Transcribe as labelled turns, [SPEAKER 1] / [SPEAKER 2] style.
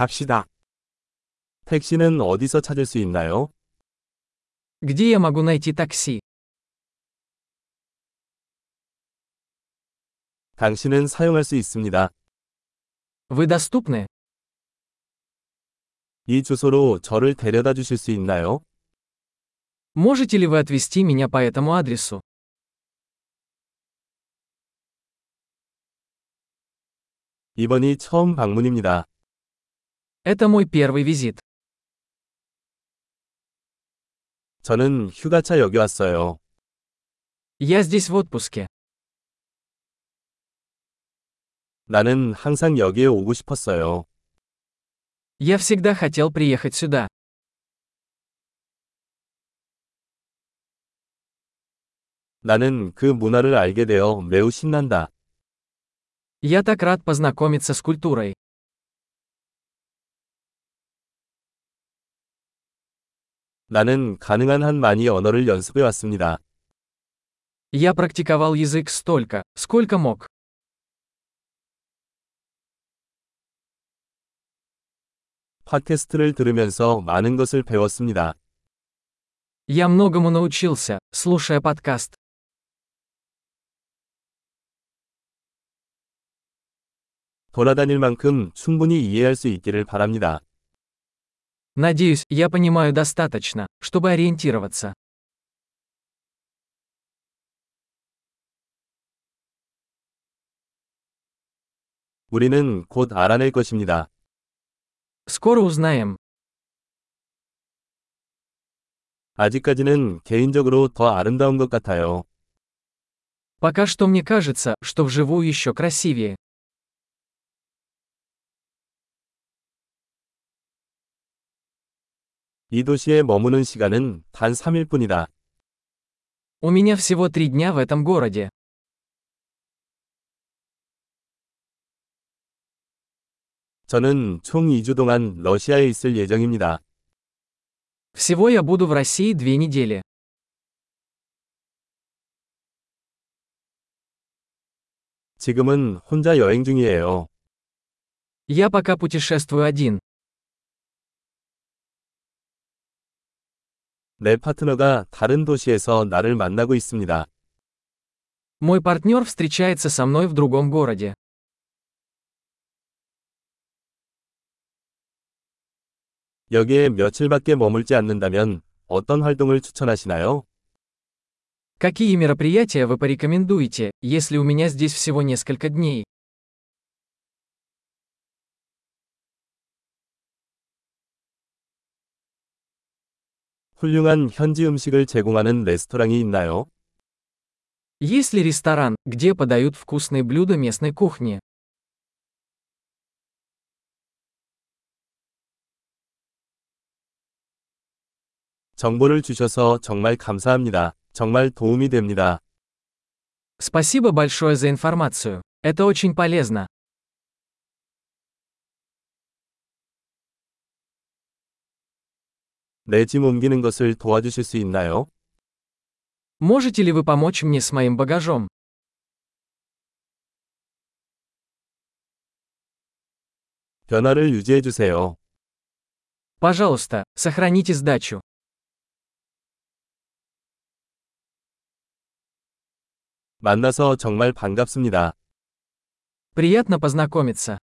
[SPEAKER 1] 갑시다. 택시는 어디서 찾을 수 있나요?
[SPEAKER 2] Где я могу найти такси?
[SPEAKER 1] 당신은 사용할 수 있습니다.
[SPEAKER 2] Вы доступны?
[SPEAKER 1] 이 주소로 저를 데려다 주실 수 있나요?
[SPEAKER 2] Можете ли вы отвезти меня по этому адресу?
[SPEAKER 1] 이번이 처음 방문입니다.
[SPEAKER 2] Это мой первый визит.
[SPEAKER 1] 저는 휴가차 여기 왔어요.
[SPEAKER 2] Я здесь в отпуске.
[SPEAKER 1] 나는 항상 여기에 오고 싶었어요.
[SPEAKER 2] Я всегда хотел приехать сюда.
[SPEAKER 1] 나는 그 문화를 알게 되어 매우 신난다.
[SPEAKER 2] Я так рад познакомиться с культурой.
[SPEAKER 1] 나는 가능한 한 많이 언어를 연습해 왔습니다.
[SPEAKER 2] Я практиковал язык столько, сколько мог.
[SPEAKER 1] 팟캐스트를 들으면서 많은 것을 배웠습니다.
[SPEAKER 2] Я многому научился, слушая подкаст.
[SPEAKER 1] 돌아다닐 만큼 충분히 이해할 수 있기를 바랍니다.
[SPEAKER 2] Надеюсь, я понимаю достаточно, чтобы ориентироваться.
[SPEAKER 1] 우리는 곧 알아낼 것입니다.
[SPEAKER 2] Скоро узнаем.
[SPEAKER 1] 아직까지는 개인적으로 더 아름다운 것 같아요.
[SPEAKER 2] Пока что мне кажется, что вживую еще красивее.
[SPEAKER 1] 이 도시에 머무는 시간은 단 3일 뿐이다.
[SPEAKER 2] У меня всего три дня в этом городе.
[SPEAKER 1] 저는 총 2주 동안 러시아에 있을 예정입니다.
[SPEAKER 2] Всего я буду в России две недели.
[SPEAKER 1] 지금은 혼자 여행 중이에요.
[SPEAKER 2] Я пока путешествую один.
[SPEAKER 1] 내 파트너가 다른 도시에서 나를 만나고 있습니다.
[SPEAKER 2] Мой партнер встречается со мной в другом городе.
[SPEAKER 1] 여기에 며칠밖에 머물지 않는다면 어떤 활동을 추천하시나요?
[SPEAKER 2] Какие мероприятия вы порекомендуете, если у меня здесь всего несколько дней?
[SPEAKER 1] 훌륭한 현지 음식을 제공하는 레스토랑이 있나요?
[SPEAKER 2] Есть ли ресторан, где подают вкусные блюда местной кухни?
[SPEAKER 1] 정보를 주셔서 정말 감사합니다. 정말 도움이 됩니다.
[SPEAKER 2] Спасибо большое за информацию. Это очень полезно.
[SPEAKER 1] 내 짐 옮기는 것을 도와주실 수 있나요?
[SPEAKER 2] Можете ли вы помочь мне с моим багажом?
[SPEAKER 1] 변화를 유지해 주세요.
[SPEAKER 2] Пожалуйста, сохраните сдачу.
[SPEAKER 1] 만나서 정말 반갑습니다.
[SPEAKER 2] Приятно познакомиться.